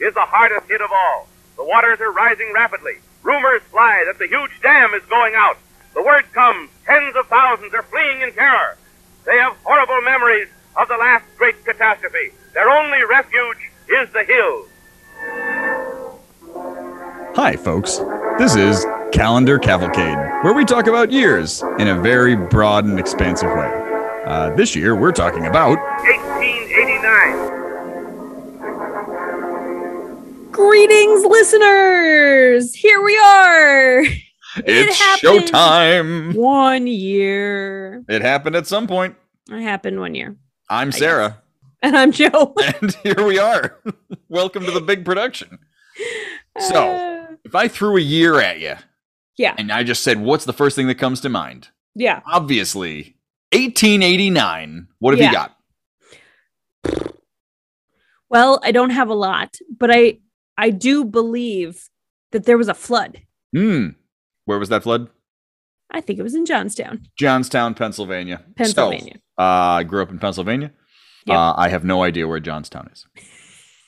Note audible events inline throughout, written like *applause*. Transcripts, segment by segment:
is the hardest hit of all. The waters are rising rapidly. Rumors fly that the huge dam is going out. The word comes. Tens of thousands are fleeing in terror. They have horrible memories of the last great catastrophe. Their only refuge is the hills. Hi, folks. This is Calendar Cavalcade, where we talk about years in a very broad and expansive way. Uh, this year, we're talking about 1889. Greetings, listeners! Here we *laughs* are! It's happened. Showtime. One year. It happened at some point. It happened one year. *laughs* I'm guess. Sarah, *laughs* And I'm Joe. and here we are. *laughs* Welcome to the big production. So, Uh, If I threw a year at you, Yeah. and I just said, "What's the first thing that comes to mind?" yeah. Obviously, 1889. What have Yeah. you got? Well, I don't have a lot, but I I do believe that there was a flood. Hmm. Where was that flood? I think it was in Johnstown, Johnstown, Pennsylvania. So, Pennsylvania. Uh, I grew up in Pennsylvania. Yep. Uh, I have no idea where Johnstown is.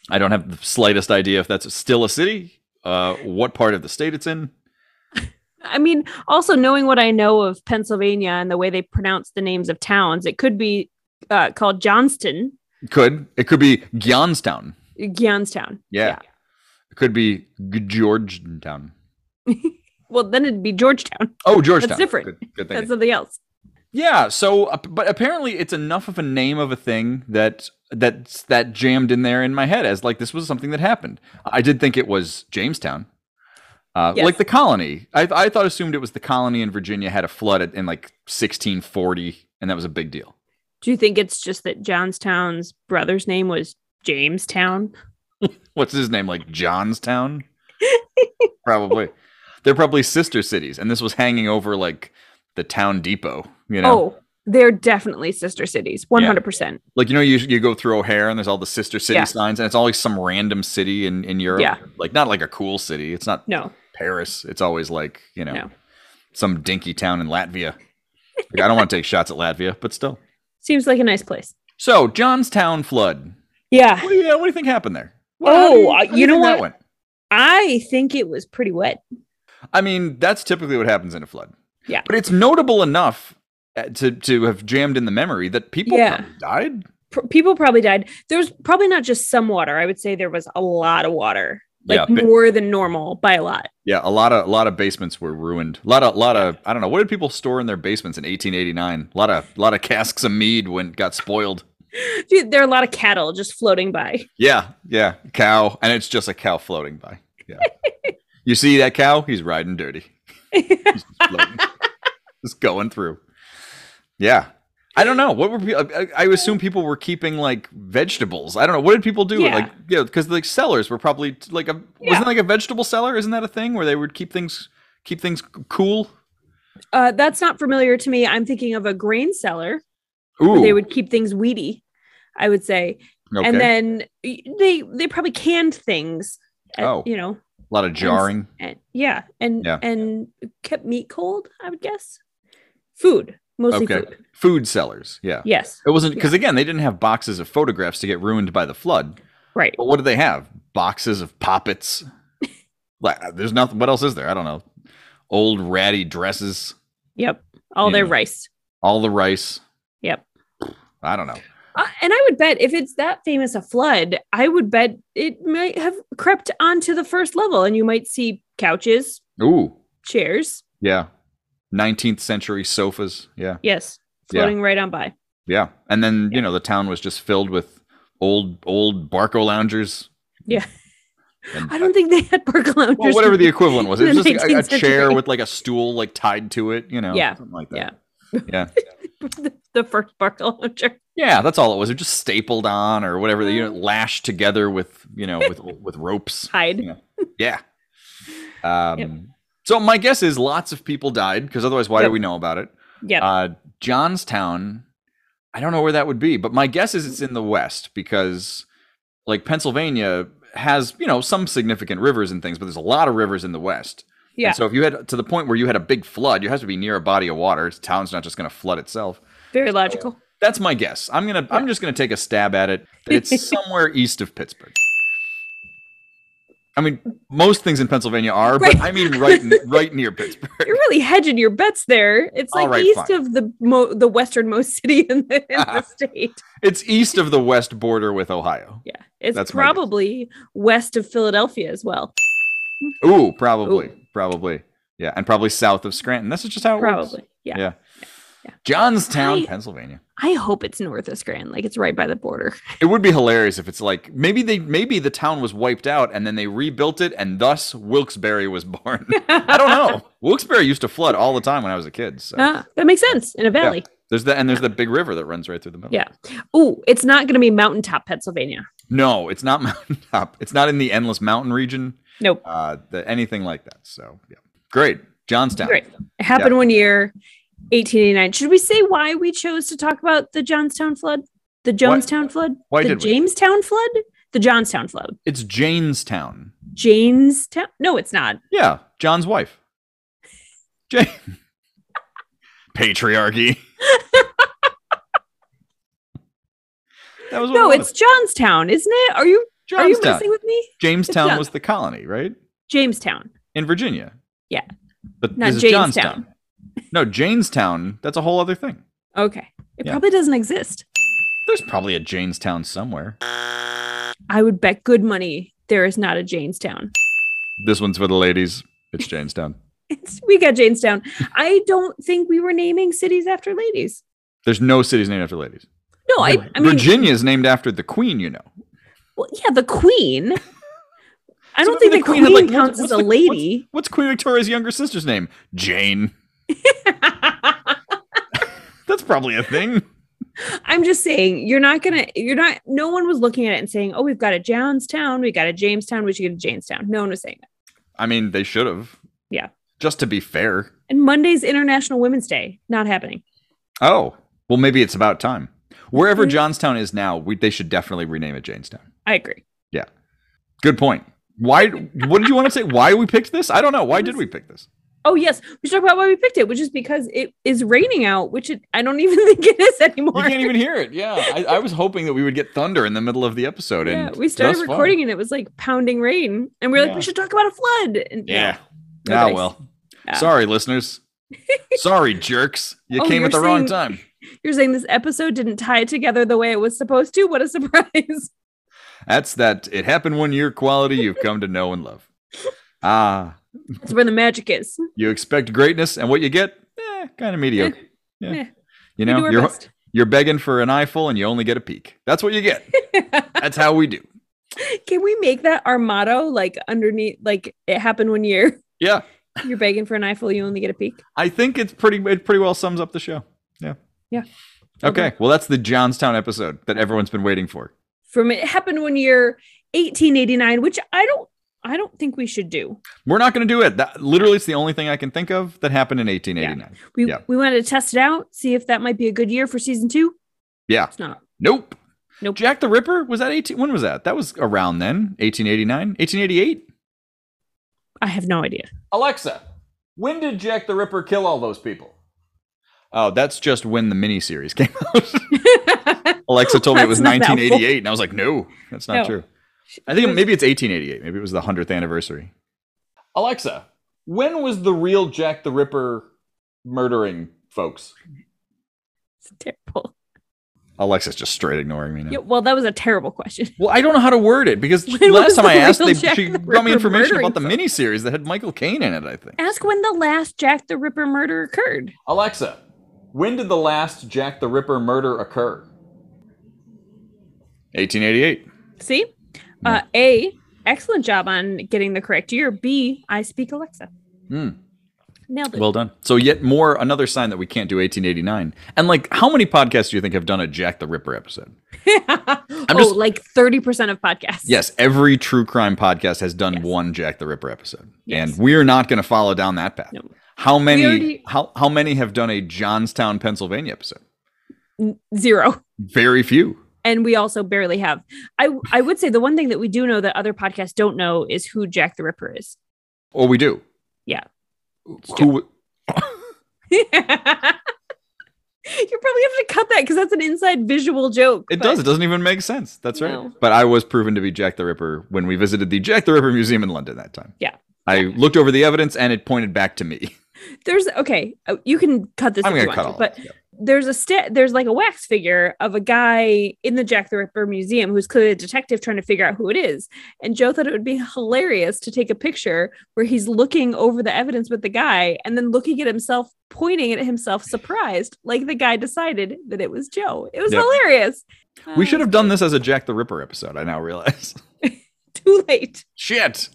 I don't have the slightest idea if that's still a city, uh, what part of the state it's in. I mean, also knowing what I know of Pennsylvania and the way they pronounce the names of towns, it could be uh, called Johnston, Could it could be Johnstown? Johnstown. Yeah. It could be G- Georgetown. Well, then it'd be Georgetown. Oh, Georgetown. different. Good, good That's thing. something else. yeah. So, uh, but apparently, it's enough of a name of a thing that that's that jammed in there in my head as like this was something that happened. I did think it was Jamestown. Uh, Yes. Like the colony, I, I thought assumed it was the colony in Virginia had a flood at, in like 1640, and that was a big deal. Do you think it's just that Johnstown's brother's name was Jamestown? What's his name? Like *laughs* Johnstown? probably. They're probably sister cities, and this was hanging over like the town depot. You know, Oh, they're definitely sister cities, 100%. like you know, you you go through O'Hare, and there's all the sister city Yeah. signs, and it's always some random city in in Europe. Yeah. like not like a cool city. It's not No. Paris. It's always like you know, No. some dinky town in Latvia. Like, I don't want to take shots at Latvia, but still. Seems like a nice place. So Johnstown flood. Yeah. What do you, what do you think happened there? Oh, do uh, how do you know think that what? went? I think it was pretty wet. I mean, that's typically what happens in a flood. Yeah. But it's notable enough uh, to to have jammed in the memory that people Yeah. probably died. Pr- people probably died. There was probably not just some water. I would say there was a lot of water, Yeah, like bi- more than normal by a lot. Yeah, a lot of a lot of basements were ruined. A lot of lot of I don't know what did people store in their basements in 1889. A lot of a lot of casks of mead went got spoiled. Dude, there are a lot of cattle just floating by. Yeah, yeah, cow, and it's just a cow floating by. Yeah, you see that cow? He's riding dirty. He's just, floating. Just going through. Yeah, I don't know what were people. I, I assume people were keeping like vegetables. I don't know what did people do. Yeah. Like yeah, because like cellars were probably like a Yeah. wasn't like a vegetable cellar. Isn't that a thing where they would keep things keep things c- cool? Uh, that's not familiar to me. I'm thinking of a grain cellar Ooh, where they would keep things weedy, I would say. okay. And then y- they they probably canned things. at- Oh. You know, a lot of jarring. and yeah, and Yeah. and kept meat cold, I would guess. Food, mostly Okay. food. Food cellars. Yeah. Yes. It wasn't because again they didn't have boxes of photographs to get ruined by the flood. Right. But what do they have? Boxes of *laughs* poppets. like, uh, there's nothing. What else is there? I don't know. Old ratty dresses, Yep. All their Yeah. rice. all the rice. Yep. I don't know. Uh, and I would bet if it's that famous a flood, I would bet it might have crept onto the first level and you might see couches, Ooh, chairs. yeah. 19th century sofas. Yeah. Yes. Yeah. Floating right on by. Yeah. And then, Yeah. you know, the town was just filled with old, old Barco loungers. Yeah. And, I don't think they had *laughs* park loungers. well, whatever *laughs* the equivalent was. It in was the just a, a 19th chair century. with like a stool like tied to it, you know, Yeah. something like that. Yeah. Yeah. the first park lounger. Yeah, that's all it was. It was just stapled on or whatever, you know, Uh. lashed together with, you know, with *laughs* with ropes. Hide. Yeah. Um, So my guess is lots of people died because otherwise, why do Yep. we know about it? *laughs* Yep. Uh, Johnstown, I don't know where that would be, but my guess is it's in the west because, like Pennsylvania has you know some significant rivers and things, but there's a lot of rivers in the west. And yeah. so if you had to the point where you had a big flood, you have to be near a body of water. Town's not just going to flood itself. Very logical. That's my guess. *laughs* I'm gonna. I'm just gonna take a stab at it. It's somewhere east of Pittsburgh. I mean, most things in Pennsylvania are, Right. but I mean, right, n- right near Pittsburgh. You're really hedging your bets there. It's All like right, east fine. of the mo- the westernmost *laughs* city in the, *laughs* in the state. It's east of the west border with Ohio. Yeah, it's That's my guess. probably west of Philadelphia as well. Ooh, probably, Ooh. probably, yeah, and probably south of Scranton. That's just how it works. Probably, yeah. Yeah. Johnstown, I- Pennsylvania. I hope it's north of Scranton, like it's right by the border. It would be hilarious if it's like maybe they maybe the town was wiped out and then they rebuilt it and thus Wilkes-Barre was *laughs* born. I don't know. Wilkes-Barre used to flood all the time when I was a kid. So Ah, that makes sense in a valley. there's that and there's the big river that runs right through the middle. Yeah. Ooh, it's not going to be mountaintop Pennsylvania. No, it's not *laughs* mountaintop. It's not in the endless mountain region. Nope. Uh, the, anything like that. So yeah, great, Johnstown. Great. It happened one year, 1889. Should we say why we chose to talk about the Johnstown flood? The Jonestown flood? why the did we? Jamestown flood? The Johnstown flood. It's Janestown. Janestown? No, it's not. Yeah, John's wife. Jane. *laughs* Patriarchy. *laughs* that was what No, it was. it's Johnstown, isn't it? Are you are you Johnstown. messing with me? Jamestown John- was the colony, right? Jamestown. In Virginia. Yeah. But Not this is Jamestown. Johnstown. No, Janestown, that's a whole other thing. Okay. It Yeah. probably doesn't exist. There's probably a Janestown somewhere. I would bet good money there is not a Janestown. This one's for the ladies. It's Janestown. *laughs* It's, we got Janestown. I don't think we were naming cities after ladies. There's no cities named after ladies. No, Oh, I, I mean, Virginia is named after the queen, you know. well, yeah, the queen. So I don't maybe think the queen, had, like, what- counts what's as a the- what's- lady. *laughs* What's Queen Victoria's younger sister's name? Jane. That's probably a thing. I'm just saying, you're not gonna, you're not. No one was looking at it and saying, "Oh, we've got a Johnstown, we got a Jamestown, we should get a Janestown." No one was saying that. I mean, they should have. Yeah. Just to be fair. And Monday's International Women's Day, not happening. Oh, well, maybe it's about time. Wherever Mhm. Johnstown is now, we, they should definitely rename it Janestown. I agree. Good point. Why? What did you want to say? Why we picked this? I don't know. Why did we pick this? Oh yes, we should talk about why we picked it, which is because it is raining out, which it, I don't *laughs* even think it is anymore. You can't even hear it. Yeah, I, I was hoping that we would get thunder in the middle of the episode. *laughs* Yeah, and we started thus far- recording and it was like pounding rain, and we are like, Yeah. we should talk about a flood. And no. Yeah. No Ah, thanks. well. Yeah. Sorry, *laughs* listeners. Sorry, jerks. You Oh, came at the you're wrong saying- time. you're saying this episode didn't tie together the way it was supposed to. What a *laughs* surprise! That's that. It happened one year quality you've come to know and *laughs* love. Ah, That's where the magic is. you expect greatness, and what you get, eh, kind of mediocre. Yeah. Eh. You we know, do our you're best. you're begging for an eyeful, and you only get a peek. That's what you *laughs* get. That's how we do. Can we make that our motto? Like underneath, like it happened one year. *laughs* Yeah, You're begging for an eyeful, you only get a peek. I think it's pretty. It pretty well sums up the show. Yeah. Yeah. Okay. Okay. Well, that's the Johnstown episode that everyone's been waiting for. From it happened one year, 1889, which I don't, I don't think we should do. We're not going to do it. That literally, it's the only thing I can think of that happened in 1889. We Yeah. we wanted to test it out, see if that might be a good year for season two. Yeah. It's not. Nope. Nope. Jack the Ripper was that 18? When was that? That was around then. 1889, 1888. I have no idea. *laughs* Alexa, when did Jack the Ripper kill all those people? Oh, that's just when the miniseries *laughs* came out. Alexa told me it was That's not helpful. 1988, and I was like, no, that's not No. true. I think was- maybe it's 1888. Maybe it was the 100th anniversary. Alexa, when was the real Jack the Ripper murdering folks? it's terrible. Alexa's just straight ignoring me now. Yeah, well, that was a terrible question. *laughs* Well, I don't know how to word it because When last was time the I asked, real they, Jack she the brought me Ripper information murdering about the miniseries that had Michael Caine in it, I think. Ask when the last Jack the Ripper murder occurred. Alexa, when did the last Jack the Ripper murder occur? 1888. See? Hmm. Uh, A, excellent job on getting the correct year. B, I speak Alexa. Hmm. Nailed it. Well done. So yet more another sign that we can't do 1889. And like how many podcasts do you think have done a Jack the Ripper *laughs* episode? oh, just- like 30% of podcasts. Yes, every true crime podcast has done Yes. one Jack the Ripper episode. Yes. And we're not going to follow down that path. No. How many already- how how many have done a Johnstown, Pennsylvania episode? N- Zero. Very few. And we also barely have. I, I would say the one thing that we do know that other podcasts don't know is who Jack the Ripper is. Or we do. Yeah. Who *laughs* you probably have to cut that because because that's an inside visual joke. It but- does. It doesn't even make sense. That's No. right. But I was proven to be Jack the Ripper when we visited the Jack the Ripper Museum in London that time. Yeah. I looked over the evidence and it pointed back to me. There's okay. uh, You can cut this. I'm if you going to want cut to, all But that. Yeah. there's a st- there's like a wax figure of a guy in the Jack the Ripper museum who's clearly a detective trying to figure out who it is. And Joe thought it would be hilarious to take a picture where he's looking over the evidence with the guy and then looking at himself, pointing at himself, surprised, like the guy decided that it was Joe. It was Yep. hilarious. We should have done this as a Jack the Ripper episode. I now realize. *laughs* Too late. Shit.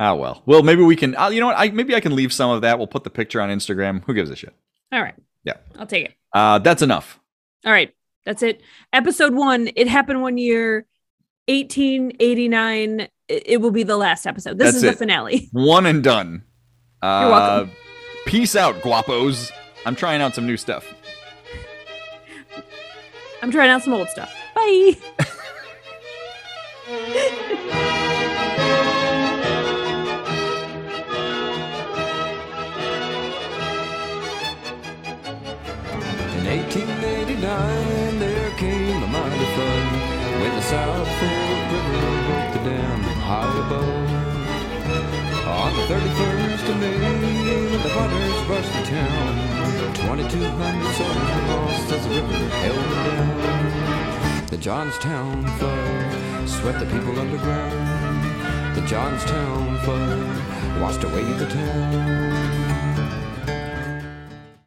Ah well. Well, maybe we can. Uh, you know what? I maybe I can leave some of that. We'll put the picture on Instagram. Who gives a shit? All right. Yeah. I'll take it. Uh, that's enough. All right. That's it. Episode one. It happened one year, 1889. It- It will be the last episode. This That's is the it. finale. *laughs* One and done. Uh, welcome. Peace out, guapos. I'm trying out some new stuff. I'm trying out some old stuff. Bye. In 1889, there came a mighty flood when the South Fork River broke the dam high above. On the 31st of May, when the waters rushed the town, 2,200 souls were lost as the river held them down. The Johnstown flood swept the people underground. The Johnstown flood washed away the town.